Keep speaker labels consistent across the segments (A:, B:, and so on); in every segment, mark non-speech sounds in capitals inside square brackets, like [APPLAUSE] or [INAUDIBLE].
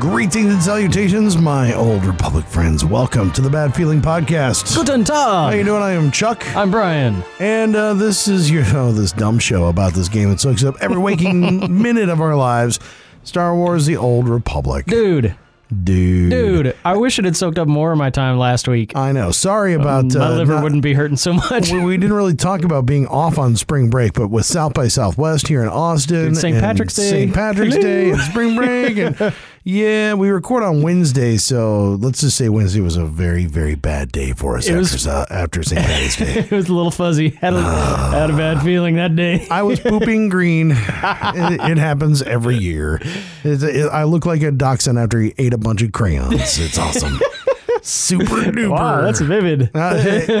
A: Greetings and salutations, my old Republic friends. Welcome to the Bad Feeling Podcast.
B: Guten
A: How you
B: Tag.
A: doing? I am Chuck,
B: I'm Brian.
A: and uh, this is your oh, this dumb show about this game that soaks up every
B: [LAUGHS]
A: waking minute of our lives. Star Wars: The Old Republic,
B: Dude,
A: dude.
B: dude, I wish it had soaked up more of my time last week.
A: I know. Sorry about
B: Um,
A: uh,
B: my liver
A: not-
B: wouldn't be hurting so much.
A: We, we didn't really talk about being off on spring break, but with South by Southwest here in Austin,
B: Dude, St.
A: and
B: Patrick's Day.
A: St. Patrick's
B: Hello.
A: Day, and spring break,
B: [LAUGHS]
A: and yeah, we record on Wednesday, so let's just say Wednesday was a very, very bad day for us
B: It
A: after
B: was-
A: Sa- after St. Patrick's Day.
B: [LAUGHS] it was a little fuzzy. Had a, [SIGHS] had a bad feeling that day.
A: I
B: [LAUGHS]
A: was pooping green. It, it happens every year. It's- it- I look like a dachshund after he ate a bunch of crayons. It's
B: [LAUGHS]
A: awesome. Super duper.
B: Wow, [LAUGHS] that's vivid.
A: Uh,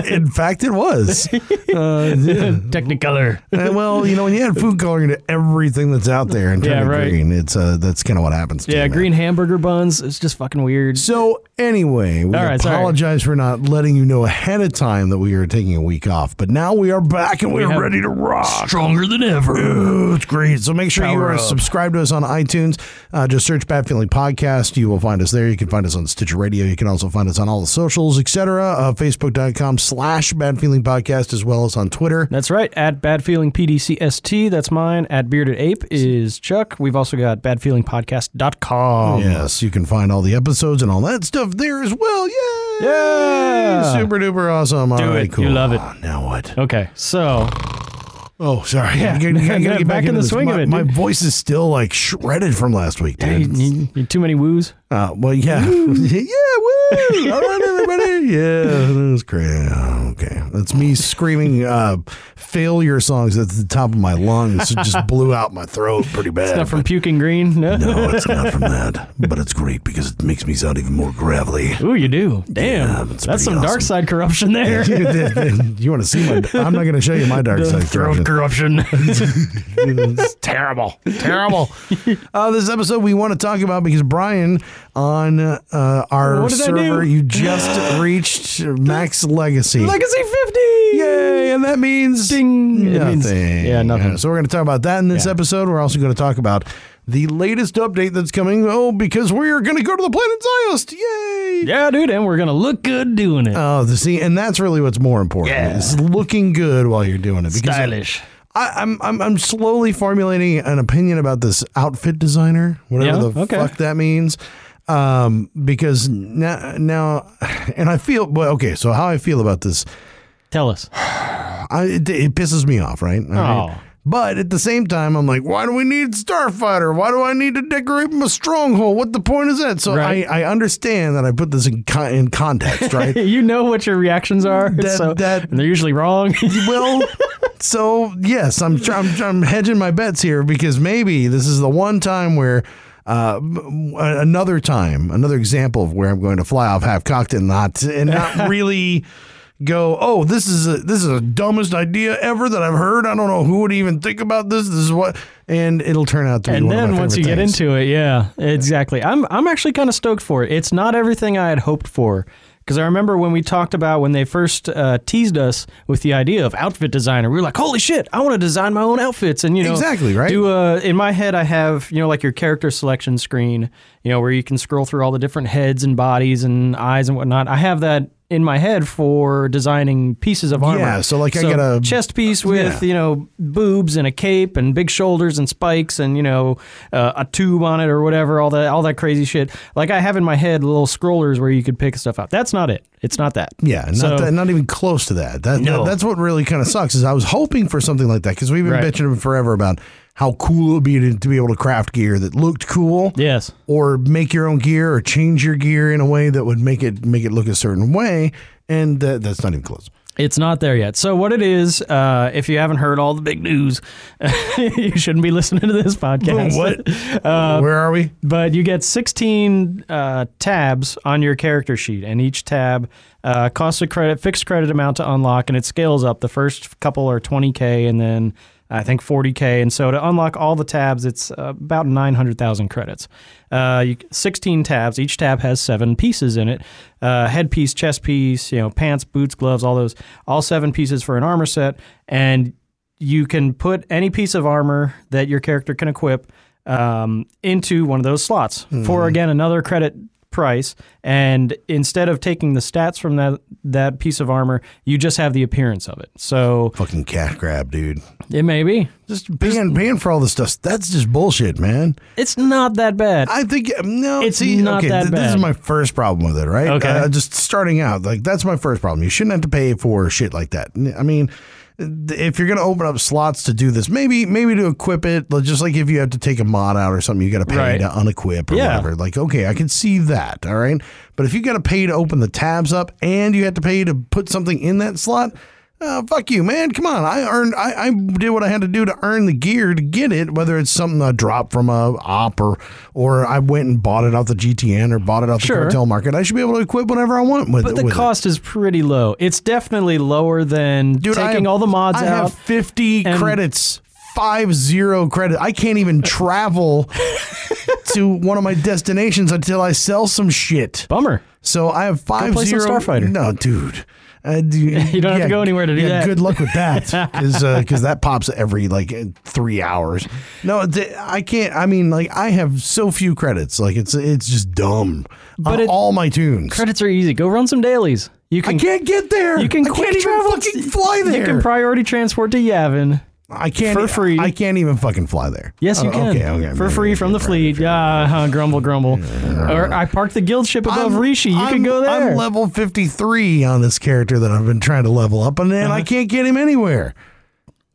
A: in fact, it was.
B: Technicolor.
A: [LAUGHS] Uh, well, you know, when you add food coloring to everything that's out there and turn
B: Yeah,
A: it
B: right.
A: green, it's uh, that's kind of what happens. To
B: Yeah,
A: you, man.
B: green hamburger buns. It's just fucking weird.
A: So anyway, we
B: All right, sorry.
A: apologize for not letting you know ahead of time that we are taking a week off, but now we are back and we, are
B: have-
A: ready to rock.
B: Stronger than ever.
A: Ooh, it's great. So make sure you
B: Power
A: are
B: up.
A: subscribed to us on iTunes. Uh, just search Bad Feeling Podcast. You will find us there. You can find us on Stitcher Radio. You can also find us on all the socials, etc. Uh, Facebook.com slash Bad Feeling Podcast, as well as on Twitter.
B: That's right. At Bad Feeling PDCST, that's mine. At Bearded Ape is Chuck. We've also got badfeelingpodcast.com.
A: Yes, Um, you can find all the episodes and all that stuff there as well. Yay!
B: Yeah.
A: Super duper awesome. all right,
B: it.
A: cool. Ah,
B: You love it.
A: Now what?
B: Okay, so
A: Oh, sorry. Yeah, [LAUGHS]
B: Back in the swing of
A: my,
B: it,
A: My
B: dude.
A: voice is still like shredded from last week,
B: you,
A: dude.
B: you- you too many woos.
A: Uh, well, [LAUGHS] yeah, yeah, woo! All right, everybody. [LAUGHS] Yeah, that was great. Oh, Okay, that's me screaming uh, failure songs at the top of my lungs. It just blew out my throat pretty bad.
B: Not [LAUGHS] from puking green. No.
A: no, [LAUGHS] it's not from that, but it's great because it makes me sound even more gravelly.
B: Ooh, you do. Damn.
A: Yeah, that's pretty
B: that's some dark
A: awesome.
B: side corruption there.
A: [LAUGHS]
B: [LAUGHS]
A: you want to see my? I'm not going to show you my dark side.
B: Throat corruption.
A: [LAUGHS] it's terrible, [LAUGHS] terrible. Uh, this episode we want to talk about because Brian on uh, our
B: What did I do?
A: server you
B: [GASPS]
A: just reached max legacy.
B: Legacy 50.
A: Yay, and that means
B: Ding. It
A: nothing.
B: means- yeah, nothing.
A: So we're going to talk about that in this
B: Yeah.
A: episode. We're also going to talk about the latest update that's coming. Oh, because we are going to go to the planet Zyost. Yay!
B: Yeah, dude, and we're gonna look good doing it.
A: Oh, the see, and that's really what's more important.
B: Yeah.
A: It's looking good while you're doing it. Because
B: Stylish.
A: I, I'm, I'm I'm slowly formulating an opinion about this outfit designer, whatever
B: Yeah,
A: the
B: okay.
A: fuck that means. Um, because now now, and I feel well. Okay, so how I feel about this,
B: Tell us. [LAUGHS]
A: I it, it pisses me off, right? All right?
B: Oh.
A: But at the same time, I'm like, why do we need Starfighter? Why do I need to decorate my stronghold? What the point is that? So
B: Right.
A: I, I understand that I put this in, con- in context,
B: [LAUGHS]
A: right?
B: You know what your reactions are,
A: That-
B: so
A: that-
B: and they're usually wrong. [LAUGHS]
A: [LAUGHS] well, so yes, I'm, tr- I'm I'm hedging my bets here because maybe this is the one time where uh, m- another time, another example of where I'm going to fly off half cocked and not and
B: [LAUGHS]
A: not really go. Oh, this is a, this is the dumbest idea ever that I've heard. I don't know who would even think about this. This is what, and it'll turn out to be.
B: and
A: one of
B: then
A: my
B: once you
A: favorite
B: get
A: things.
B: into it, yeah, exactly. I'm I'm actually kind of stoked for it. It's not everything I had hoped for because I remember when we talked about when they first uh, teased us with the idea of outfit designer, we were like, "Holy shit, I want to design my own outfits!" And you know,
A: Exactly, right?
B: Do uh, in my head, I have you know like your character selection screen, you know, where you can scroll through all the different heads and bodies and eyes and whatnot. I have that. In my head for designing pieces of armor.
A: Yeah, so, like, I get a-
B: chest piece with
A: Yeah.
B: you know boobs and a cape and big shoulders and spikes and you know uh, a tube on it or whatever all that all that crazy shit like i have in my head little scrollers where you could pick stuff out that's not it it's not that
A: Yeah, not,
B: So-
A: that, not even close to that. That,
B: No.
A: that- that's what really kind of sucks. Is I was hoping for something like that because we've been
B: Right.
A: bitching forever about how cool it would be to, to be able to craft gear that looked cool,
B: yes
A: or make your own gear, or change your gear in a way that would make it make it look a certain way, and that, that's not even close.
B: It's not there yet. So what it is, uh, if you haven't heard all the big news, [LAUGHS] you shouldn't be listening to this podcast.
A: What?
B: [LAUGHS] Uh,
A: Where are we?
B: But you get 16 uh, tabs on your character sheet, and each tab uh, costs a credit, fixed credit amount to unlock, and it scales up. The first couple are 20k, and then I think 40k, and so to unlock all the tabs, it's uh, about 900,000 credits. Uh, you, 16 tabs. Each tab has seven pieces in it: uh, headpiece, chest piece, you know, pants, boots, gloves, all those. All seven pieces for an armor set, and you can put any piece of armor that your character can equip um, into one of those slots
A: Hmm.
B: for again another credit price. And instead of taking the stats from that that piece of armor, you just have the appearance of it. So
A: Fucking cat grab, dude.
B: it may be just
A: Paying, paying for all this stuff. That's just bullshit, man.
B: it's not that bad.
A: I think no.
B: It's
A: see,
B: not
A: okay,
B: that
A: th- This
B: bad.
A: is my first problem with it, right?
B: Okay.
A: Uh, just starting out, like that's my first problem. You shouldn't have to pay for shit like that. N- I mean, th- if you're gonna open up slots to do this, maybe maybe to equip it, like, just like if you have to take a mod out or something, you got to pay
B: Right.
A: to unequip or
B: Yeah.
A: whatever. Like, okay, I can see that. All right, but if you got to pay to open the tabs up and you have to pay to put something in that slot. Uh, fuck you, man! Come on, I earned, I, I did what I had to do to earn the gear to get it. Whether it's something I dropped from a op or, or I went and bought it off the GTN or bought it off
B: Sure.
A: the cartel market, I should be able to equip whatever I want with
B: but
A: it.
B: the
A: with it.
B: cost is pretty low. It's definitely lower than
A: Dude, I
B: taking
A: have-
B: all the mods
A: I
B: out.
A: have fifty
B: and-
A: credits, five zero credit. I can't
B: [LAUGHS]
A: even travel to one of my destinations until I sell some shit.
B: Bummer.
A: So I have five
B: play some
A: zero.
B: Starfighter.
A: No, dude. Uh, do, you
B: [LAUGHS] don't have to go anywhere to do that.
A: Good luck with that, because
B: [LAUGHS]
A: that pops every like uh, three hours. No, th- I can't. I mean, like I have so few credits. Like it's it's just dumb. But
B: But it-
A: all my tunes,
B: Credits are easy. Go run some dailies. You
A: I
B: can
A: can't get there.
B: you can
A: I
B: quick
A: can't even
B: travel.
A: fucking fly there.
B: You can priority transport to Yavin.
A: I can't e-,
B: for free.
A: I can't even fucking fly there.
B: Yes, you
A: Oh,
B: can.
A: Okay, okay.
B: for free from the fleet. Yeah, uh-huh, [LAUGHS] grumble, grumble. or I parked the guild ship above Rishi. You
A: I'm-
B: can go there.
A: I'm level 53 on this character that I've been trying to level up, and then
B: Uh-huh.
A: I can't get him anywhere.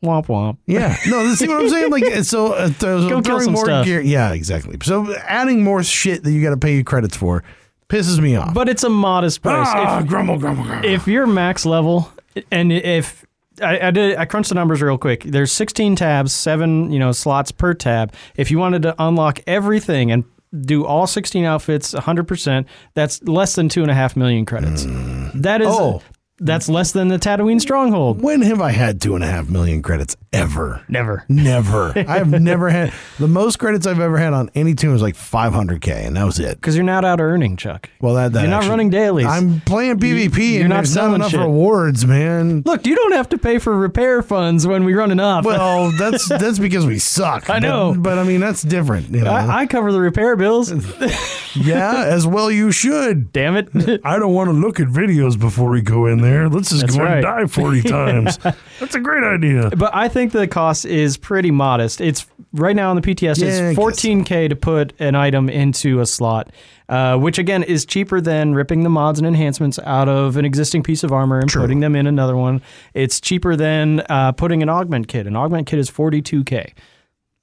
B: womp womp. [LAUGHS]
A: Yeah. No, see what I'm saying? Like, it's so uh, th- so
B: kill
A: throwing
B: some
A: more
B: stuff.
A: gear. Yeah, exactly. So adding more shit that you got to pay your credits for pisses me off.
B: But it's a modest price.
A: ah, grumble, grumble, grumble.
B: if, if you're max level, and if I, I did, I crunched the numbers real quick. There's 16 tabs, seven you know slots per tab. If you wanted to unlock everything and do all 16 outfits 100%, that's less than two and a half million credits. That is.
A: Oh.
B: That's less than the Tatooine stronghold.
A: When have I had two and a half million credits ever?
B: Never. [LAUGHS]
A: Never. I've never had the most credits I've ever had on any tune was like 500k, and that was it.
B: Because you're not out earning, Chuck.
A: Well, that, that
B: You're not
A: actually-
B: running dailies.
A: I'm playing PvP
B: you're
A: and
B: not
A: there's not
B: selling
A: enough
B: shit.
A: rewards,
B: [LAUGHS]
A: man.
B: Look, you don't have to pay for repair funds when we run enough.
A: Well, that's that's because we suck.
B: I
A: But-
B: know.
A: but, I mean that's different. You know?
B: I, [LAUGHS] I cover the
A: [LAUGHS]
B: repair bills.
A: yeah, as well you should.
B: Damn it. [LAUGHS]
A: I don't want to look at videos before we go in there. Let's just
B: That's
A: go
B: right.
A: and die
B: [LAUGHS]
A: forty times. That's a great idea.
B: but I think the cost is pretty modest. It's right now on the PTS,
A: Yeah, I guess.
B: it's 14K to put an item into a slot, uh, which again is cheaper than ripping the mods and enhancements out of an existing piece of armor and putting them in another one. It's cheaper than uh, putting an augment kit. An augment kit is 42K.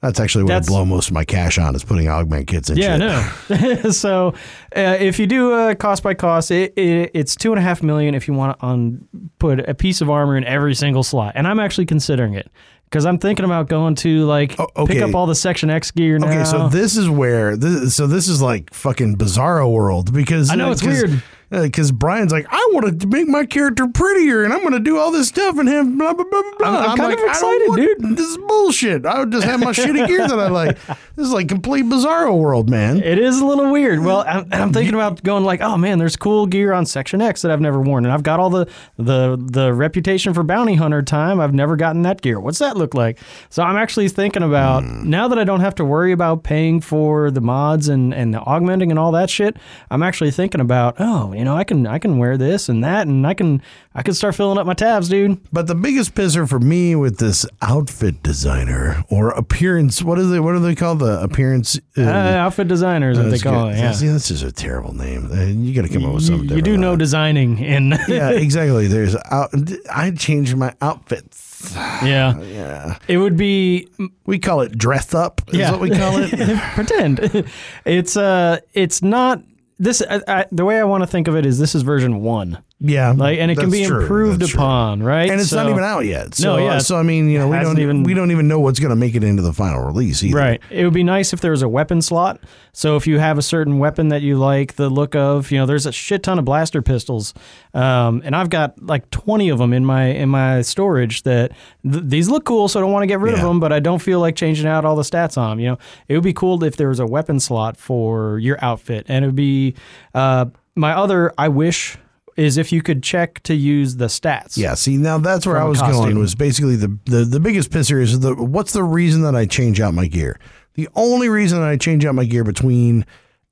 A: That's actually what
B: That's-
A: I blow most of my cash on is putting augment kits in. shit.
B: Yeah,
A: [LAUGHS]
B: no. [LAUGHS] so uh, if you do uh, cost by cost, it, it, it's two and a half million if you want to on put a piece of armor in every single slot. And I'm actually considering it because I'm thinking about going to like
A: O- okay.
B: pick up all the Section X gear now.
A: Okay, so this is where this so this is like fucking bizarro world because
B: I know, it's weird.
A: because Brian's like I want to make my character prettier and I'm going to do all this stuff and have blah blah blah blah. blah.
B: I'm- I'm kind
A: like,
B: of
A: I don't
B: excited,
A: want- This is bullshit. I would just have my shitty gear that I
B: [LAUGHS]
A: like. This is like complete bizarro world, man.
B: it is a little weird. Well,
A: Mm.
B: I'm, and I'm thinking about going like, oh man, there's cool gear on Section X that I've never worn, and I've got all the the the reputation for bounty hunter time. I've never gotten that gear. What's that look like? So I'm actually thinking about
A: Mm.
B: now that I don't have to worry about paying for the mods and and the augmenting and all that shit. I'm actually thinking about oh, you know, I can I can wear this and that, and I can I can start filling up my tabs, dude.
A: But the biggest pisser for me with this outfit designer or appearance, what is it? What do they call the appearance? uh,
B: Uh, outfit designers, what they
A: that's
B: call
A: good.
B: it. Yeah.
A: See, that's just a terrible name. Uh, You got to come up with
B: You,
A: something.
B: you
A: different
B: do
A: than
B: know
A: that.
B: designing in [LAUGHS]
A: yeah, exactly. There's out. I changed my outfits. [LAUGHS]
B: yeah. yeah. It would be
A: We call it dress up. Is
B: Yeah.
A: what we call it.
B: [LAUGHS] pretend. it's uh, it's not this. I, I, the way I want to think of it is this is version one.
A: Yeah,
B: Like, and it can
A: that's
B: be
A: true,
B: improved
A: that's true.
B: upon, right?
A: And it's not
B: So-
A: even out yet. So, uh,
B: No, yeah,
A: So I mean, you know, we
B: hasn't
A: don't even
B: even-
A: we don't even know what's going to make it into the final release either.
B: Right. It would be nice if there was a weapon slot. So if you have a certain weapon that you like the look of, you know, there's a shit ton of blaster pistols, um, and I've got like 20 of them in my in my storage. That th- these look cool, so I don't want to get rid of
A: Yeah.
B: them, but I don't feel like changing out all the stats on them. You know, it would be cool if there was a weapon slot for your outfit, and it would be uh, my other. I wish is if you could check to use the stats.
A: Yeah. See, now that's where I
B: a
A: was going
B: costume.
A: was basically the, the the biggest pisser is the what's the reason that I change out my gear? The only reason that I change out my gear between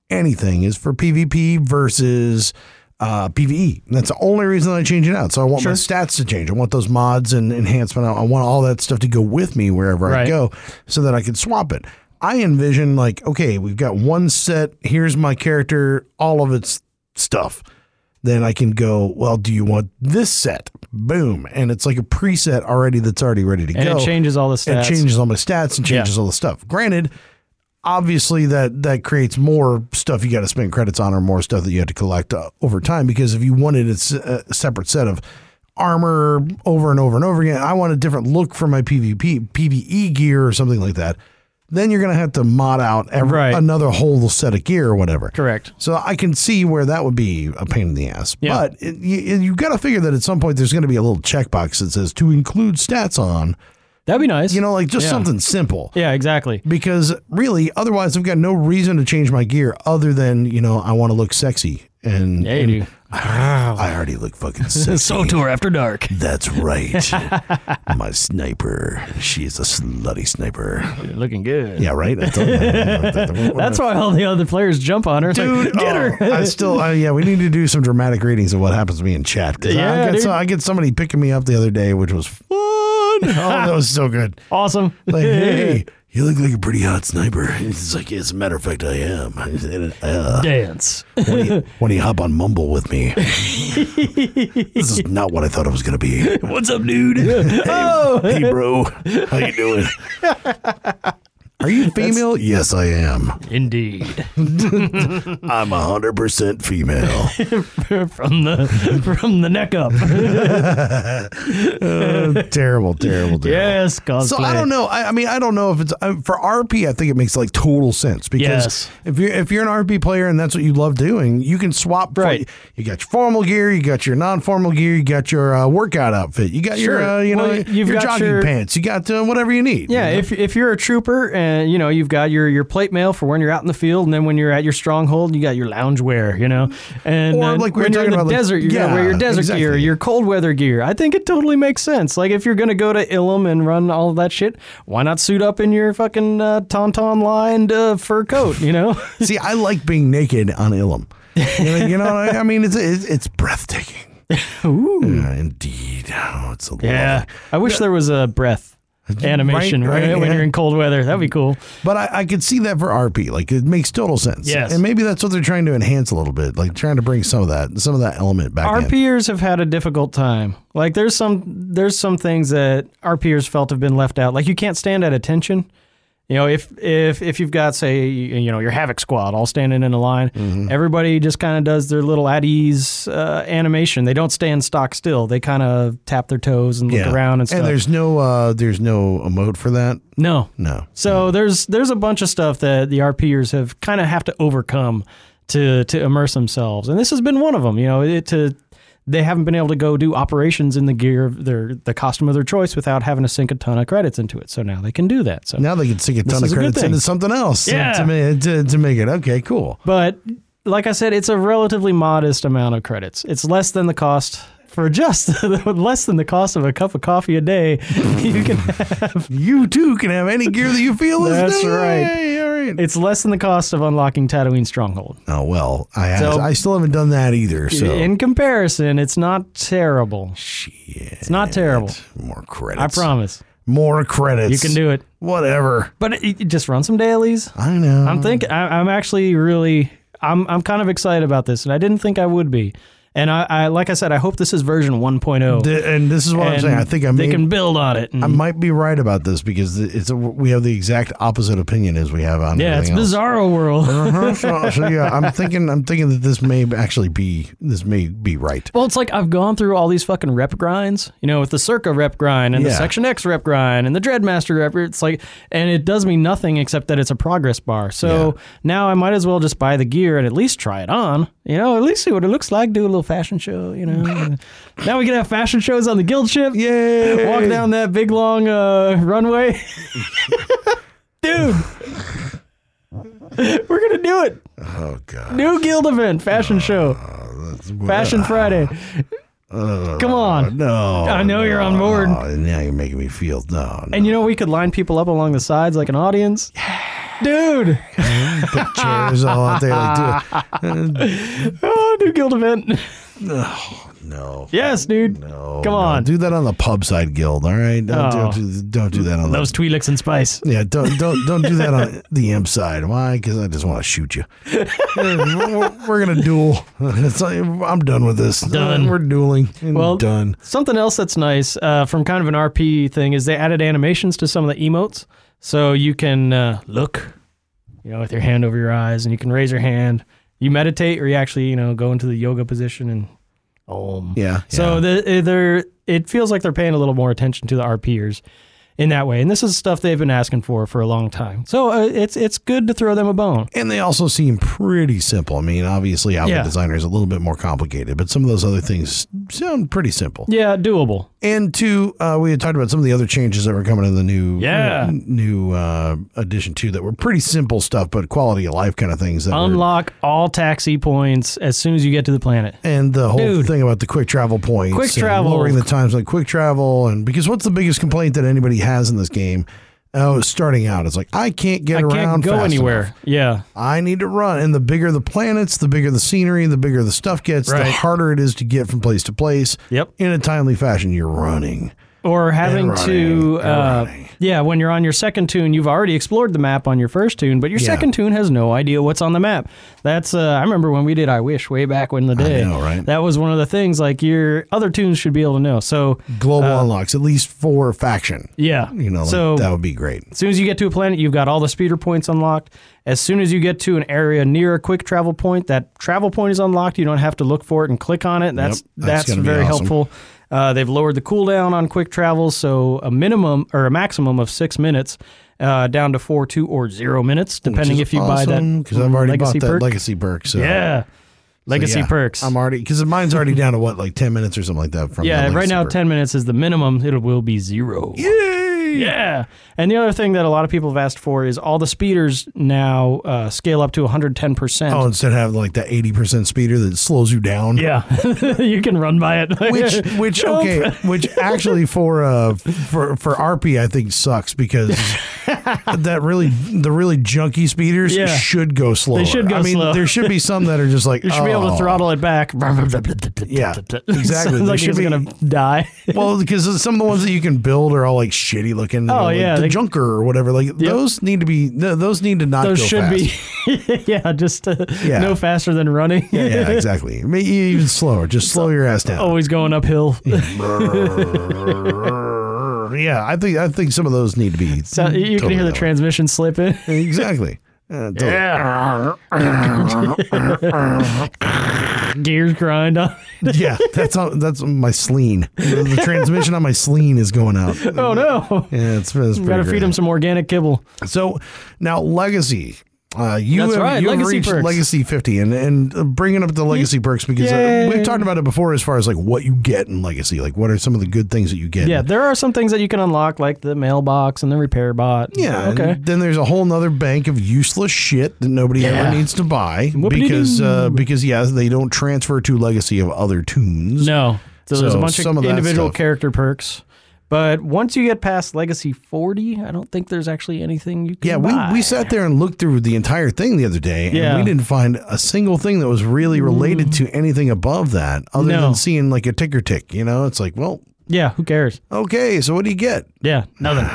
A: anything is for PvP versus uh, PVE. That's the only reason that I change it out. So I want my stats to change. I want those mods and enhancement. I, I want all that stuff to go with me wherever I
B: Right.
A: go so that I can swap it. I envision like, okay, we've got one set. Here's my character, all of its stuff then I can go, well, do you want this set? Boom. And it's like a preset already that's already ready to
B: And
A: go.
B: it changes all the stats.
A: And it changes all my stats and changes all the stuff. Granted, obviously that that creates more stuff you got to spend credits on or more stuff that you have to collect uh, over time because if you wanted a, s- a separate set of armor over and over and over again, I want a different look for my PvP PvE E gear or something like that. Then you're going to have to mod out every,
B: Right.
A: another whole set of gear or whatever.
B: Correct.
A: So I can see where that would be a pain in the ass.
B: Yeah.
A: But it, you, you got to figure that at some point there's going to be a little checkbox that says to include stats on,
B: That'd be nice.
A: you know, like just
B: Yeah.
A: something simple.
B: Yeah. Exactly.
A: Because really, otherwise, I've got no reason to change my gear other than, you know, I want to look sexy. And,
B: Yeah, you
A: and
B: do.
A: I already look
B: [LAUGHS]
A: fucking sexy.
B: tour after dark.
A: That's right.
B: [LAUGHS]
A: my sniper. She's a slutty sniper.
B: Looking good.
A: Yeah, right? I
B: [LAUGHS]
A: told you.
B: That's why all the other players jump on her. It's like,
A: Dude,
B: get
A: oh,
B: her.
A: I still, uh, yeah, we need to do some dramatic readings of what happens to me in chat. 'cause I,
B: Yeah,
A: get so,
B: dude.
A: I get somebody picking me up the other day, which was
B: [LAUGHS]
A: fun. Oh, that was so good.
B: [LAUGHS] Awesome.
A: Like, hey, you look like a pretty hot sniper. It's like, as a matter of fact, I am. [LAUGHS] Uh,
B: Dance.
A: when, you, when you hop on Mumble with me, this is not what I thought it was gonna be.
B: What's up, dude? oh,
A: [LAUGHS] Hey, bro, how you doing? Are you female? yes, I am.
B: indeed. [LAUGHS]
A: I'm hundred percent female.
B: from the from the neck
A: [LAUGHS]
B: up.
A: terrible, terrible, terrible.
B: yes, cosplay.
A: So I don't know. I, I mean, I don't know if it's uh, for RP. I think it makes like total sense because
B: Yes.
A: if you're if you're an RP player and that's what you love doing, you can swap. for-
B: Right.
A: you got your formal gear, you got your non-formal gear, you got your uh, workout outfit, you got your
B: Sure.
A: uh, you
B: Well,
A: know
B: y- you've
A: your
B: got
A: jogging
B: your-
A: pants, you got uh, whatever you need.
B: Yeah, if if you're a trooper and you know you've got your your plate mail for when you're out in the field, and then when you're at your stronghold, you got your lounge wear, you know, and
A: Or
B: then
A: like we were
B: when you're
A: talking
B: in the
A: about, like-
B: desert, you're gonna wear
A: yeah,
B: your desert gear,
A: exactly.
B: your cold weather gear. I think it totally makes sense. Like if you're gonna go to Ilum and run all that shit, why not suit up in your fucking uh, tauntaun lined uh, fur coat,
A: [LAUGHS]
B: you know?
A: See, I like being naked on
B: [LAUGHS]
A: Ilum. You know, you know what I, I mean? It's it's, it's
B: [LAUGHS]
A: breathtaking. Ooh, indeed. Oh, it's a lovely-
B: I wish there was a breath animation
A: Right,
B: right,
A: right,
B: when
A: yeah.
B: you're in cold weather. That'd be cool.
A: But I, I could see that for RP. Like it makes total sense.
B: Yes.
A: And maybe that's what they're trying to enhance a little bit, like trying to bring some of that some of that element back in.
B: RPers have had a difficult time. Like there's some there's some things that RPers felt have been left out. Like you can't stand at attention. You know, if if if you've got say you know your havoc squad all standing in a line, everybody just kind of does their little at ease uh, animation. They don't stand stock still. They kind of tap their toes and look around and stuff.
A: And there's no uh there's no emote for that.
B: no,
A: No.
B: so there's there's a bunch of stuff that the RPers have kind of have to overcome to to immerse themselves, and this has been one of them. You know, it, to they haven't been able to go do operations in the gear of their the costume of their choice without having to sink a ton of credits into it. So now they can do that. So
A: Now they can sink a ton of
B: is a good
A: credits
B: thing.
A: into something else
B: Yeah.
A: to, ma- to, to make it. Okay, cool.
B: but like I said, it's a relatively modest amount of credits. It's less than the cost. For just [LAUGHS] less than the cost of a cup of coffee a day, [LAUGHS] you can
A: You too can have any gear that you feel is
B: That's right.
A: Hey, all right.
B: it's less than the cost of unlocking Tatooine Stronghold.
A: oh well, I have,
B: So-
A: I still haven't done that either. So
B: In comparison, it's not terrible.
A: shit.
B: It's not terrible.
A: More
B: I
A: credits.
B: promise.
A: More credits.
B: You can do it.
A: whatever.
B: But it, it- just run some dailies.
A: I know.
B: I'm think I, I'm actually really I'm I'm kind of excited about this, and I didn't think I would be. And I, I like I said, I hope this is version 1.0.
A: Th- and this is what I'm
B: and
A: saying. I think I
B: they
A: may,
B: can build on it. and-
A: I might be right about this because it's a, we have the exact opposite opinion as we have on.
B: yeah, it's
A: everything else.
B: Bizarro World.
A: Uh-huh. [LAUGHS] So, so yeah, I'm thinking. I'm thinking that this may actually be. This may be right.
B: Well, it's like I've gone through all these fucking rep grinds, you know, with the Circa rep grind and the
A: Yeah.
B: Section X rep grind and the Dreadmaster rep. It's like, and it does me nothing except that it's a progress bar. So now I might as well just buy the gear and at least try it on, you know, at least see what it looks like, do a little fashion show,
A: [LAUGHS]
B: you know. now we can have fashion shows on the guild ship.
A: Yay!
B: Walk down that big long uh, runway. [LAUGHS]
A: [LAUGHS]
B: Dude. We're going to do it.
A: Oh God.
B: New guild event, fashion show. Fashion Friday. Come on.
A: No.
B: I know you're on board.
A: Oh, now you're making me feel no. no.
B: And you know, we could line people up along the sides like an audience. Dude. [LAUGHS]
A: Put chairs all out there. Like, dude,
B: Oh, new guild event. [LAUGHS]
A: no.
B: Yes, dude.
A: No.
B: Come
A: no.
B: on.
A: Do that on the pub side guild. All right. Don't,
B: Oh.
A: don't, do, don't do that on the.
B: Those Twi'leks and Spice.
A: Yeah, don't don't don't do that on the imp side. Why? Because I just want to shoot
B: [LAUGHS]
A: you. we're, we're gonna duel. It's like, I'm done with this.
B: Done.
A: We're dueling.
B: Well-
A: Well, done.
B: Something else that's nice uh, from kind of an RP thing is they added animations to some of the emotes. So you can uh, look, you know, with your hand over your eyes and you can raise your hand. You meditate or you actually, you know, go into the yoga position and om.
A: Yeah.
B: So
A: yeah.
B: the, eh, they're it feels like they're paying a little more attention to the RPers in that way, and this is stuff they've been asking for for a long time. So uh, it's it's good to throw them a bone.
A: and they also seem pretty simple. I mean, obviously, outfit
B: Yeah.
A: designer is a little bit more complicated, but some of those other things sound pretty simple.
B: Yeah, doable.
A: And two, uh, we had talked about some of the other changes that were coming in the new
B: Yeah.
A: new uh, edition too that were pretty simple stuff, but quality of life kind of things. That were,
B: Unlock all taxi points as soon as you get to the planet.
A: and the whole
B: Dude.
A: thing about the quick travel points,
B: Quick
A: and
B: travel.
A: lowering the times like quick travel, and because what's the biggest complaint that anybody has in this game? Oh, starting out, it's like I can't get
B: I
A: around.
B: can't go
A: fast
B: anywhere.
A: enough.
B: Yeah,
A: I need to run, and the bigger the planets, the bigger the scenery, the bigger the stuff gets, the
B: Right.
A: harder it is to get from place to place.
B: Yep.
A: in a timely fashion, you're running.
B: or having to.
A: running, and
B: Uh,
A: running.
B: yeah, when you're on your second tune, you've already explored the map on your first tune, but your
A: Yeah.
B: second tune has no idea what's on the map. That's uh, I remember when we did I Wish way back when the day.
A: know, right?
B: That was one of the things like your other tunes should be able to know. So
A: Global unlocks at least four faction.
B: Uh, Yeah.
A: You know,
B: so
A: that would be great.
B: as soon as you get to a planet, you've got all the speeder points unlocked. As soon as you get to an area near a quick travel point, that travel point is unlocked. You don't have to look for it and click on it. That's
A: Yep, that's
B: that's,
A: gonna be
B: very
A: awesome.
B: helpful. Uh, they've lowered the cooldown on quick travel, so a minimum or a maximum of six minutes, uh, down to four, two, or zero minutes, depending if you buy that
A: because I've already
B: legacy
A: bought that
B: perk.
A: legacy perk. So
B: yeah,
A: So,
B: legacy
A: yeah,
B: perks.
A: I'm already because mine's already down to what like ten minutes or something like that. From
B: yeah,
A: the
B: right
A: legacy
B: now
A: perk.
B: ten minutes is the minimum. It will be zero.
A: Yay!
B: [LAUGHS] Yeah. And the other thing that a lot of people have asked for is all the speeders now uh, scale up to 110%.
A: Oh, instead of having like that eighty percent speeder that slows you down.
B: yeah. [LAUGHS] you can run by it.
A: Which, which,
B: Jump.
A: okay, which actually for uh for for RP I think sucks
B: [LAUGHS]
A: because that really the really junky speeders
B: Yeah.
A: should go slower.
B: should go
A: I mean,
B: slow.
A: there should be some that are just like
B: [LAUGHS] [LAUGHS] You should be able to
A: "Oh."
B: throttle it back. [LAUGHS]
A: Yeah, exactly.
B: Sounds
A: There
B: like
A: should
B: he's
A: be-
B: going to die.
A: Well, because some of the ones that you can build are all like shitty looking. you
B: Oh,
A: know, like
B: yeah,
A: the
B: they-
A: junker or whatever. Like those need to be. No, those need to not.
B: [LAUGHS] Those
A: go
B: should
A: fast.
B: be, [LAUGHS] yeah, just uh,
A: Yeah.
B: no faster than running.
A: Yeah, [LAUGHS] yeah, exactly. I mean, even slower. Just slow your ass down.
B: [LAUGHS] Always going uphill.
A: Oh, yeah, I think I think some of those need to be.
B: [LAUGHS] So you can
A: totally
B: hear the
A: that way.
B: transmission slipping.
A: Exactly. [LAUGHS] Uh, totally.
B: [LAUGHS] Gears grind on.
A: Yeah, that's on, that's on my sleen. The, the transmission on my sleen is going out. Yeah,
B: [LAUGHS] Oh, no.
A: it's, it's
B: [LAUGHS] Got to
A: pretty
B: feed
A: great.
B: him some organic kibble.
A: So now legacy. Uh, you
B: That's
A: have,
B: right,
A: you have
B: legacy
A: reached
B: perks.
A: legacy 50 and, and uh, bringing up the legacy perks because uh,
B: Yay.
A: we've talked about it before as far as like what you get in legacy. Like what are some of the good things that you get?
B: Yeah, there are some things that you can unlock, like the mailbox and the repair bot.
A: Yeah. and
B: Okay.
A: Then there's a whole nother bank of useless shit that nobody
B: Yeah.
A: ever needs to buy because, uh, because yeah, they don't transfer to legacy of other tunes.
B: No. So, there's a
A: So
B: bunch
A: some of
B: of
A: that
B: individual
A: stuff.
B: character perks. But once you get past Legacy 40, I don't think there's actually anything you can
A: Yeah,
B: buy.
A: we, we sat there and looked through the entire thing the other day, and
B: Yeah. Mm.
A: we didn't find a single thing that was really related to anything above that, other
B: No.
A: than seeing like a ticker tick. You know, it's like, well,
B: Yeah, who cares?
A: okay, so what do you get? [SIGHS]
B: Yeah, nothing.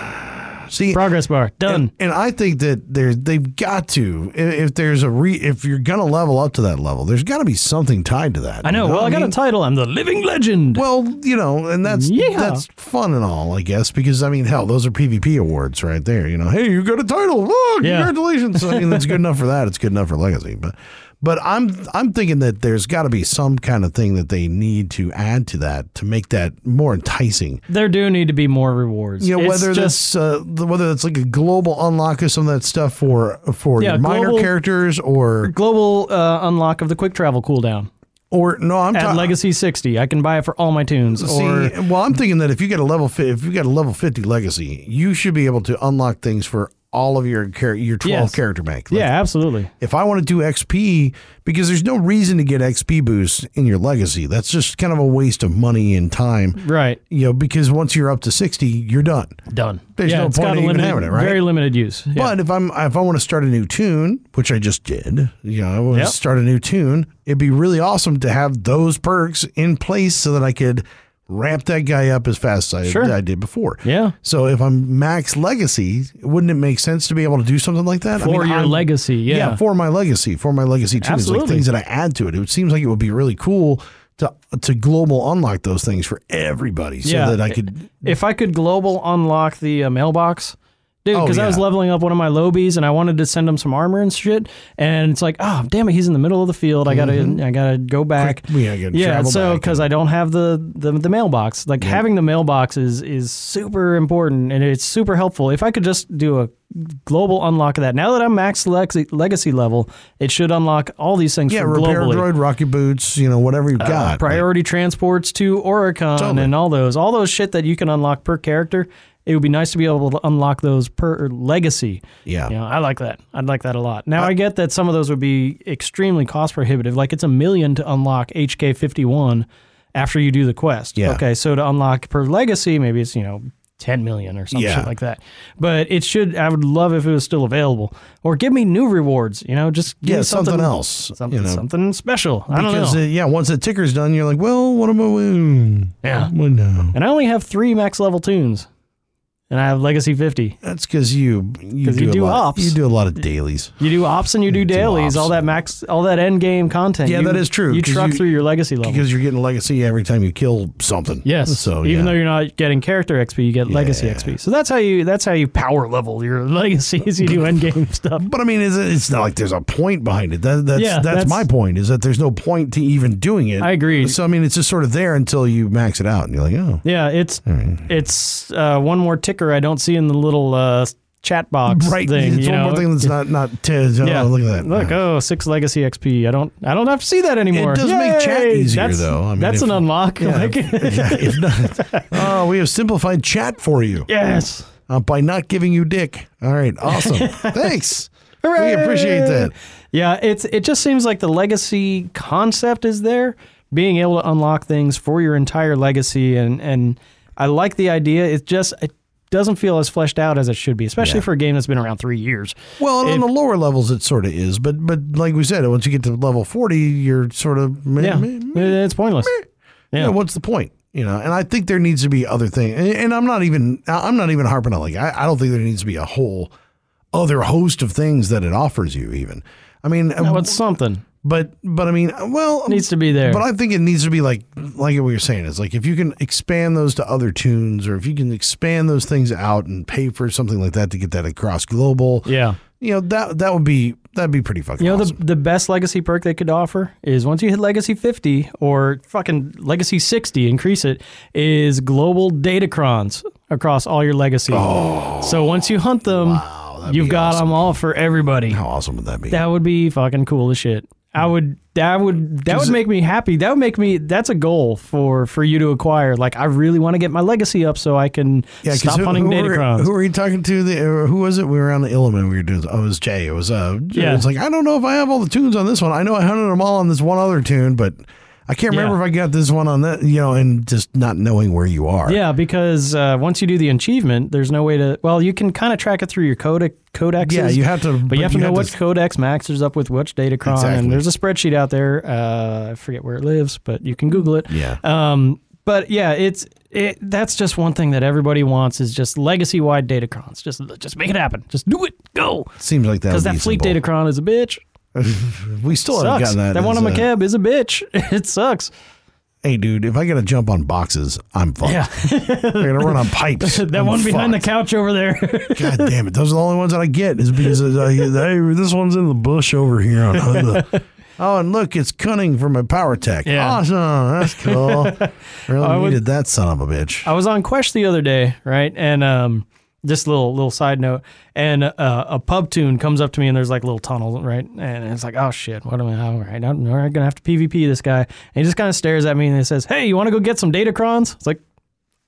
A: See,
B: Progress bar done.
A: and, and I think that there's they've got to i- if there's a re if you're gonna level up to that level, there's got to be something tied to that.
B: I know. Well, I got a
A: mean?
B: title. I'm the living legend.
A: Well, you know, and that's
B: Yeah.
A: that's fun and all, I guess, because I mean, hell, those are PvP awards right there. You know, hey, you got a title, oh,
B: Yeah.
A: congratulations! I mean, that's good enough for that. It's good enough for legacy, but but I'm I'm thinking that there's got to be some kind of thing that they need to add to that to make that more enticing.
B: there do need to be more rewards.
A: You know,
B: It's
A: whether
B: just
A: that's uh, the- whether that's like a global unlock of some of that stuff for for
B: Yeah,
A: your minor
B: global-
A: characters or
B: global uh, unlock of the quick travel cooldown
A: or no, I'm
B: at
A: talking
B: Legacy 60. I can buy it for all my tunes.
A: See,
B: or
A: well, I'm thinking that if you got a level fi- if you got a level 50 legacy, you should be able to unlock things for all of your char- your 12
B: Yes.
A: character bank. Like,
B: yeah, absolutely.
A: If I want to do XP, because there's no reason to get XP boost in your legacy, that's just kind of a waste of money and time.
B: Right,
A: You know, because once you're up to 60, you're done.
B: done.
A: There's
B: yeah,
A: no
B: it's
A: point
B: got
A: in
B: a
A: even
B: limited,
A: having it, right?
B: very limited use. Yeah.
A: But if I'm if I want to start a new tune, which I just did, you know, I want
B: Yep.
A: to start a new tune, it'd be really awesome to have those perks in place so that I could ramp that guy up as fast as I,
B: Sure.
A: I did before.
B: yeah,
A: So if I'm max legacy, wouldn't it make sense to be able to do something like that? I
B: for
A: mean,
B: your
A: I'm-
B: legacy. Yeah,
A: yeah. for my legacy, for my legacy tunes, like
B: Absolutely.
A: things that I add to it. It seems like it would be really cool to to global unlock those things for everybody, so
B: Yeah.
A: that I could.
B: if I could global unlock the uh, mailbox, dude,
A: Oh,
B: because I was
A: yeah.
B: leveling up one of my lobies and I wanted to send him some armor and shit, and it's like, oh damn it, he's in the middle of the field. I gotta, I gotta go back.
A: yeah, I Mm-hmm. gotta
B: yeah.
A: travel
B: So
A: back
B: because I don't have the, the the mailbox, like having the mailbox is is super important and it's super helpful. If I could just do a global unlock of that, now that I'm max legacy, legacy level, it should unlock all these things.
A: Yeah,
B: for
A: repair
B: globally.
A: droid, rocket boots, you know, whatever you've
B: Uh,
A: got. Like,
B: priority transports to Oricon
A: Totally.
B: and all those, all those shit that you can unlock per character. It would be nice to be able to unlock those per er, legacy.
A: Yeah.
B: You know, I like that. I'd like that a lot. Now I, get that some of those would be extremely cost prohibitive. Like it's a million to unlock HK fifty one after you do the quest.
A: Yeah.
B: Okay, so to unlock per legacy, maybe it's you know. 10 million or some
A: Yeah.
B: shit like that. But it should, I would love if it was still available. Or give me new rewards, you know, just give
A: Yeah,
B: me
A: something else,
B: Something,
A: you know.
B: something special. I don't know.
A: because uh, yeah, once the ticker's done, you're like, well, what am I? hmm, Doing?
B: Yeah.
A: well, no,
B: And I only have three max level tunes. And I have Legacy 50.
A: that's because you you
B: 'Cause
A: do,
B: you
A: a
B: do
A: lot,
B: ops.
A: You do a lot of dailies.
B: You do ops and you do
A: do ops.
B: dailies, all that max all that end game content.
A: Yeah,
B: You-
A: that is true,
B: You
A: 'cause
B: truck
A: you-
B: through your legacy level.
A: Because you're getting legacy every time you kill something.
B: Yes.
A: So yeah.
B: even though you're not getting character XP, you get legacy
A: Yeah.
B: XP. So that's how you that's how you power level your [LAUGHS] legacy as you do end
A: [LAUGHS]
B: game stuff.
A: But I mean, it's, it's not like there's a point behind it. That, that's,
B: Yeah,
A: that's
B: that's-
A: my point is that there's no point to even doing it.
B: I agree.
A: So I mean, it's just sort of there until you max it out, and you're like, oh,
B: Yeah, it's it's uh, one more ticker I don't see in the little uh, chat box
A: right.
B: thing.
A: it's
B: you
A: one
B: know?
A: more thing that's not not. T-
B: Yeah,
A: oh, look at that.
B: Look, oh, six legacy XP. I don't, I don't have to see that anymore.
A: does make chat
B: Yay!
A: easier,
B: That's-
A: though. I mean,
B: that's
A: if-
B: an unlock. [LAUGHS]
A: Yeah,
B: Like-
A: if- [LAUGHS] yeah, if
B: [LAUGHS]
A: not, oh, we have simplified chat for you
B: yes.
A: uh, by not giving you dick. All right, awesome. [LAUGHS] Thanks.
B: Hooray!
A: We appreciate that.
B: Yeah, it's it just seems like the legacy concept is there, being able to unlock things for your entire legacy, and and I like the idea. It just it doesn't feel as fleshed out as it should be, especially
A: Yeah.
B: for a game that's been around three years.
A: Well, and on the lower levels, it sort of is, but but like we said, once you get to level forty, you're sort of meh,
B: Yeah,
A: meh, meh.
B: it's pointless.
A: yeah. what's the point you know and i think there needs to be other things and, and i'm not even i'm not even harping on like I, I don't think there needs to be a whole other host of things that it offers you even i mean
B: No, it's something.
A: but but i mean well
B: Needs to be there.
A: but i think it needs to be like like what you're saying is like if you can expand those to other tunes or if you can expand those things out and pay for something like that to get that across global
B: yeah.
A: you know that that would be that'd be pretty fucking
B: You know
A: awesome.
B: the the best legacy perk they could offer is once you hit legacy 50 or fucking legacy 60 increase it is global datacrons across all your legacy. so once you hunt them,
A: Oh. that'd
B: you've
A: be
B: got them all for everybody.
A: how awesome would that be
B: That would be fucking cool as shit. I would that would that would make me happy. That would make me that's a goal for for you to acquire. Like I really want to get my legacy up so I can
A: 'cause
B: stop hunting
A: were-
B: datacrons.
A: Who were you talking to? The or who was it? We were on the Illiman. We were doing. Oh, it was Jay. It was uh.
B: Yeah.
A: Yeah. It's like I don't know if I have all the tunes on this one. I know I hunted them all on this one other tune, but I can't remember
B: Yeah.
A: if I got this one on that. You know, and just not knowing where you are.
B: Yeah, because uh, once you do the achievement, there's no way to. Well, you can kind of track it through your codec codexes.
A: Yeah, you have to-
B: but, you have to know what
A: s-
B: codex maxes up with which datacron.
A: Exactly.
B: And there's a spreadsheet out there. Uh, I forget where it lives, but you can Google it.
A: Yeah.
B: Um, But yeah, it's it, that's just one thing that everybody wants is just legacy wide datacrons. Just just make it happen. Just do it. Go.
A: Seems like that.
B: Because
A: would
B: that
A: be
B: fleet
A: simple.
B: datacron is a bitch.
A: We still haven't
B: Sucks.
A: gotten that.
B: That one on
A: as a-
B: McKeb is a bitch. [LAUGHS] It sucks.
A: Hey, dude, if I gotta jump on boxes, I'm fucked.
B: Yeah.
A: I gotta run on pipes.
B: [LAUGHS] that
A: I'm
B: one behind the
A: fucked.
B: couch over there.
A: God damn it! Those are the only ones that I get is because it's like, [LAUGHS] hey, this one's in the bush over here on
B: [LAUGHS]
A: Hugla. Oh, and look, it's cunning for my power tech.
B: Yeah.
A: Awesome, that's cool.
B: [LAUGHS]
A: Really
B: I would- Uh,
A: needed that son of a bitch.
B: I was on Quest the other day, right? And um, just a little little side note, and uh, a pub tune comes up to me, and there's like little tunnel, right? And it's like, oh shit, what am I? All right, I'm all right, gonna have to PvP this guy. And he just kind of stares at me and he says, "Hey, you want to go get some datacrons?" It's like,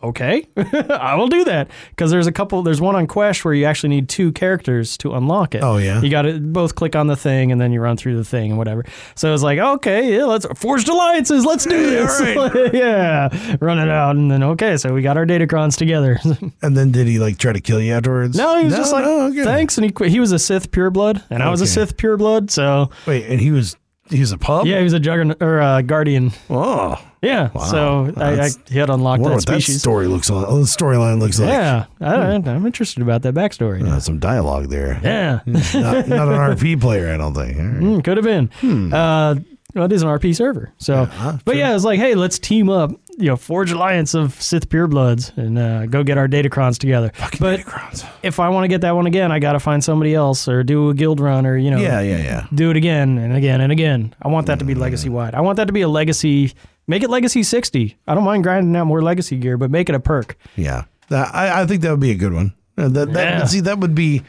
B: okay, [LAUGHS] I will do that because there's a couple. There's one on Quest where you actually need two characters to unlock it.
A: Oh, yeah?
B: you got to both click on the thing and then you run through the thing and whatever. So it's like, okay, yeah, let's forged alliances. Let's do this. [LAUGHS] yeah, run it out and then okay, so we got our datacrons together. [LAUGHS]
A: And then did he like try to kill you afterwards?
B: no, he was just like,
A: no, okay.
B: thanks, and he quit. He was a Sith pureblood, and I was a
A: Okay.
B: Sith pureblood, so
A: Wait, and he was he was a pub.
B: yeah, he was a juggernaut or a guardian.
A: Oh,
B: Yeah, so I, I
A: That's-
B: he had unlocked
A: wonder
B: that
A: what that
B: species.
A: story looks like. The storyline looks like. Hmm.
B: yeah, I, I'm interested about that backstory.
A: Uh, hmm. some dialogue there.
B: Yeah. [LAUGHS]
A: not, not an RP player, I don't think. All right.
B: Mm, could have been.
A: Hmm.
B: Uh, well, it is an RP server. So, but yeah, it's like, hey, let's team up. You know, forge alliance of Sith purebloods and uh, go get our datacrons together. but
A: Datacrons.
B: if I want to get that one again, I got to find somebody else or do a guild run or you know,
A: Yeah, yeah, yeah.
B: do it again and again and again. I want that to be legacy wide. I want that to be a legacy. Make it legacy sixty. I don't mind grinding out more legacy gear, but make it a perk.
A: Yeah. That, I, I think that would be a good one. Uh, That, that,
B: Yeah.
A: See, that would be,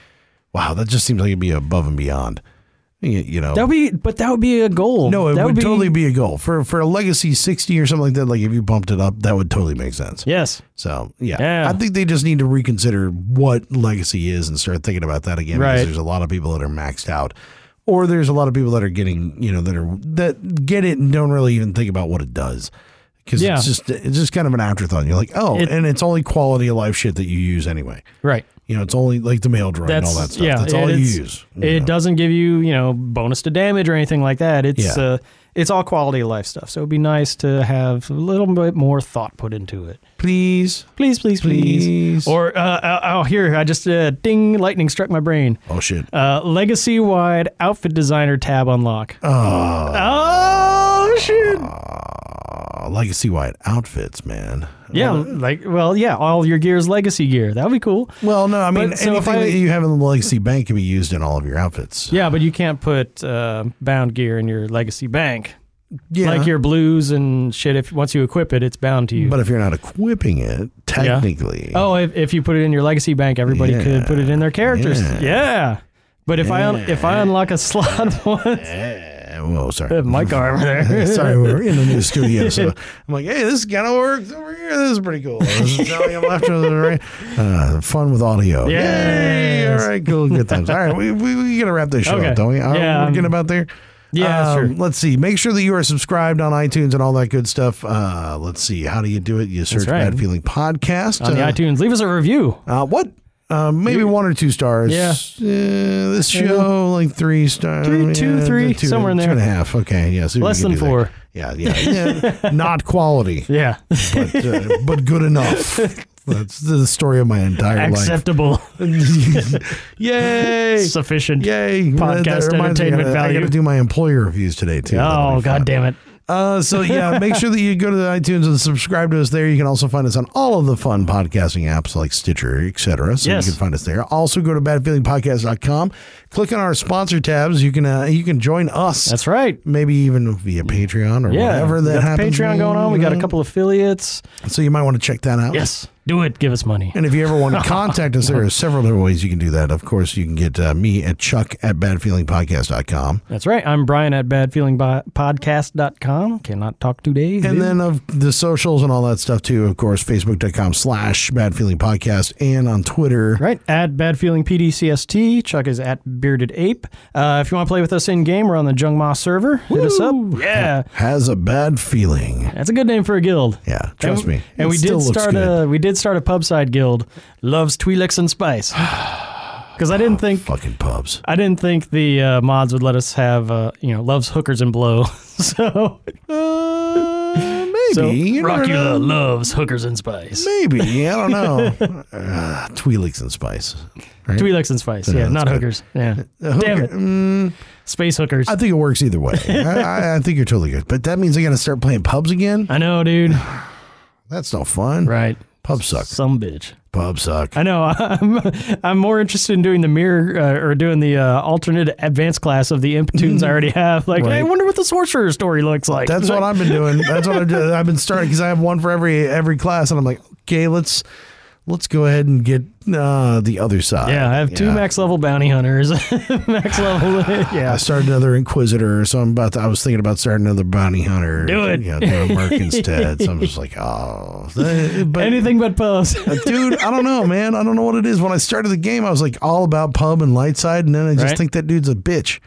A: wow, that just seems like it'd be above and beyond. You, you know,
B: That would be, but that would be a goal.
A: no, it
B: that
A: would, totally be a goal for for a legacy sixty or something like that. Like if you bumped it up, that would totally make sense.
B: Yes.
A: So yeah.
B: Yeah.
A: I think they just need to reconsider what legacy is and start thinking about that again.
B: Right.
A: Because there's a lot of people that are maxed out, or there's a lot of people that are getting you know that are that get it and don't really even think about what it does. Because
B: Yeah.
A: it's just it's just kind of an afterthought. You're like, oh,
B: It-
A: and it's only quality of life shit that you use anyway.
B: Right.
A: You know, it's only like the mail droid and all that stuff. that's all you
B: it's-
A: use. you
B: It
A: know.
B: doesn't give you, you know, bonus to damage or anything like that. It's
A: Yeah.
B: uh, it's all quality of life stuff. So it'd be nice to have a little bit more thought put into it.
A: Please.
B: Please, please, please.
A: Please.
B: Or uh, oh, oh, here I just uh, ding lightning struck my brain.
A: Oh shit.
B: Uh, legacy wide outfit designer tab unlock.
A: Oh,
B: Oh shit!
A: Ah, legacy wide outfits, man.
B: Yeah, like well, yeah, all your gear is legacy gear. That would be cool.
A: Well, no, I mean
B: But- so if
A: anything
B: I-
A: that you have in the legacy bank can be used in all of your outfits.
B: Yeah, but you can't put uh, bound gear in your legacy bank.
A: Yeah,
B: Like your blues and shit. If once you equip it, it's bound to you.
A: But if you're not equipping it, technically,
B: Oh, if, if you put it in your legacy bank, everybody could put it in their characters.
A: Yeah.
B: Yeah. But if I un- if I unlock a [LAUGHS] slot once,
A: Eh, whoa, sorry.
B: mic arm there.
A: [LAUGHS] Sorry, we're in the
B: [LAUGHS]
A: new studio, so I'm like, hey, this kind of works over here. This is pretty cool. This is how I'm left or the right. Uh, fun with audio. Yay! All
B: Yes.
A: right, cool, good times. All right, we we, we gotta wrap this show
B: Okay.
A: up, don't we? Are we
B: Yeah,
A: getting
B: um,
A: about there. Um,
B: Yeah, sure.
A: Let's see. Make sure that you are subscribed on iTunes and all that good stuff. Uh, let's see. How do you do it? You search
B: right.
A: Bad Feeling Podcast
B: on the
A: Uh,
B: iTunes. Leave us a review.
A: Uh, what? Uh, maybe one or two stars.
B: Yeah.
A: Uh, this show like three stars.
B: Three- two, three,
A: two-
B: somewhere in
A: Two and a
B: there.
A: half. Okay. Yeah. see what
B: Less
A: we can
B: than
A: do
B: four.
A: there.
B: [LAUGHS]
A: Yeah. Yeah. yeah. Not quality,
B: Yeah.
A: but uh, but good enough. That's the story of my entire
B: [LAUGHS] Acceptable.
A: life. [LAUGHS] Yay!
B: Sufficient.
A: Yay! reminds
B: Podcast
A: me, I
B: entertainment
A: gotta- I
B: value.
A: got to do my employer reviews today too. That'll
B: Oh,
A: be
B: god
A: fun.
B: damn it.
A: Uh, so
B: [LAUGHS]
A: yeah, make sure that you go to the iTunes and subscribe to us there. You can also find us on all of the fun podcasting apps like Stitcher, etc. So
B: Yes.
A: you can find us there. Also go to badfeelingpodcast.com, click on our sponsor tabs. You can uh, you can join us.
B: That's right.
A: Maybe even via Patreon or
B: Yeah.
A: whatever
B: we
A: that
B: got the
A: happens.
B: Patreon going on. We got a couple affiliates.
A: So you might want to check that out.
B: Yes. Do it. Give us money.
A: And if you ever want to
B: [LAUGHS]
A: contact us, there are several different ways you can do that. Of course, you can get uh, me at chuck at badfeelingpodcast.com.
B: That's right. I'm Brian at badfeelingpodcast.com. Cannot talk today.
A: And then of the socials and all that stuff too, of course, facebook.com slash bad feeling podcast and on Twitter.
B: Right at Bad Feeling PDCST. Chuck is at Bearded Ape. Uh, if you want to play with us in game, we're on the Jungma server. Hit us up. Yeah,
A: Has a bad feeling.
B: that's a good name for a guild.
A: Yeah, trust
B: and,
A: me.
B: And
A: It
B: we
A: still
B: did
A: looks
B: start
A: good.
B: a we did start a pub side guild. Loves Twi'leks
A: [SIGHS]
B: and Spice. Because I
A: Ah,
B: didn't think
A: fucking pubs.
B: I didn't think the uh,
A: [LAUGHS]
B: mods [LAUGHS] would let us have uh, you know loves hookers and blow. so
A: Uh, Maybe. you never know.
B: Rockula uh, loves hookers
A: [LAUGHS]
B: and spice.
A: Maybe. I don't
B: [LAUGHS]
A: know. uh, Twi'leks and spice. Right?
B: Twi'leks and spice. Yeah,
A: that's
B: not
A: good.
B: hookers.
A: [LAUGHS]
B: Yeah. Damn it. Space
A: mm,
B: hookers.
A: I
B: I,
A: think it works either
B: [LAUGHS]
A: way. I, I, I think you're totally good. But that means I got to start playing pubs again. [LAUGHS]
B: know, dude.
A: That's no fun.
B: Right.
A: Pubs suck.
B: Some bitch.
A: Pubs suck.
B: I know. [LAUGHS] I'm, I'm more interested in doing the mirror uh, or doing the uh, alternate advanced class of the imp tunes I already have. Like, I
A: Right.
B: wonder what the sorcerer story looks like.
A: That's what I've been doing. That's what I've, done. I've been starting because I have one for every every class, and I'm like, okay, let's let's go ahead and get uh, the other side.
B: Yeah, I have two max level bounty hunters. [LAUGHS] max level.
A: [LAUGHS] I
B: yeah.
A: started another Inquisitor, so I'm about. To, I was thinking about starting another bounty hunter.
B: Do it.
A: Yeah, doing Merc instead. So I'm just like,
B: [LAUGHS]
A: oh, but uh,
B: Anything but pubs.
A: dude, I don't know, man. I don't know what it is. When I started the game, I was like all about pub and light side, and then I just
B: Right.
A: think that dude's a bitch.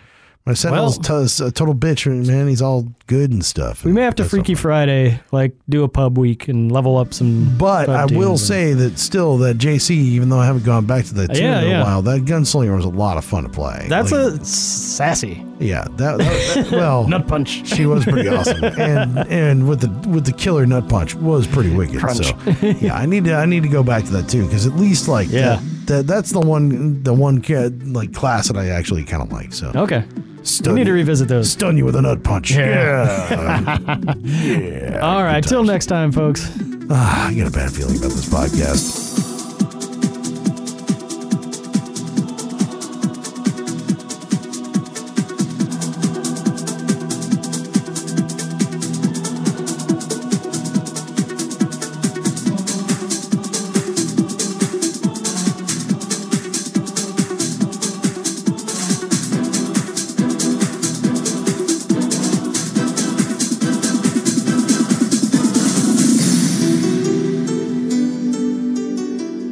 A: My sentinel's t- is a total bitch, and man, he's all good and stuff.
B: [LAUGHS] we may have to Freaky Friday, like do a pub week and level up some.
A: But
B: pub
A: I
B: tunes
A: will
B: and-
A: say that still that JC, even though I haven't gone back to that tune
B: Yeah,
A: in a
B: yeah.
A: while, that gunslinger was a lot of fun to play.
B: that's
A: Like,
B: a sassy
A: yeah. That, that- that- well,
B: [LAUGHS] nut punch.
A: she was pretty
B: [LAUGHS]
A: awesome, and and with the with the killer nut punch was pretty wicked.
B: Crunch.
A: So [LAUGHS] yeah, I need to I need to go back to that tune because at least like
B: Yeah.
A: that, that- that's the one the one ca- like class that I actually kind of like. So
B: Okay,
A: stun,
B: we need to
A: you-
B: revisit those.
A: stun you with a nut punch. Yeah,
B: All right, till next time, folks.
A: Ah, I got a bad feeling about this podcast.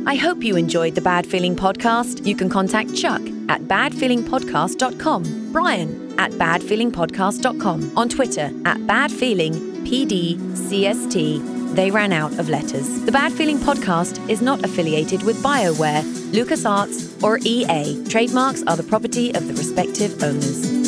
C: I hope you enjoyed the Bad Feeling Podcast. You can contact Chuck at badfeelingpodcast.com, Brian at badfeelingpodcast.com, on Twitter at badfeelingpdcst. They ran out of letters. The Bad Feeling Podcast is not affiliated with E BioWare, LucasArts, or EA. Trademarks are the property of the respective owners.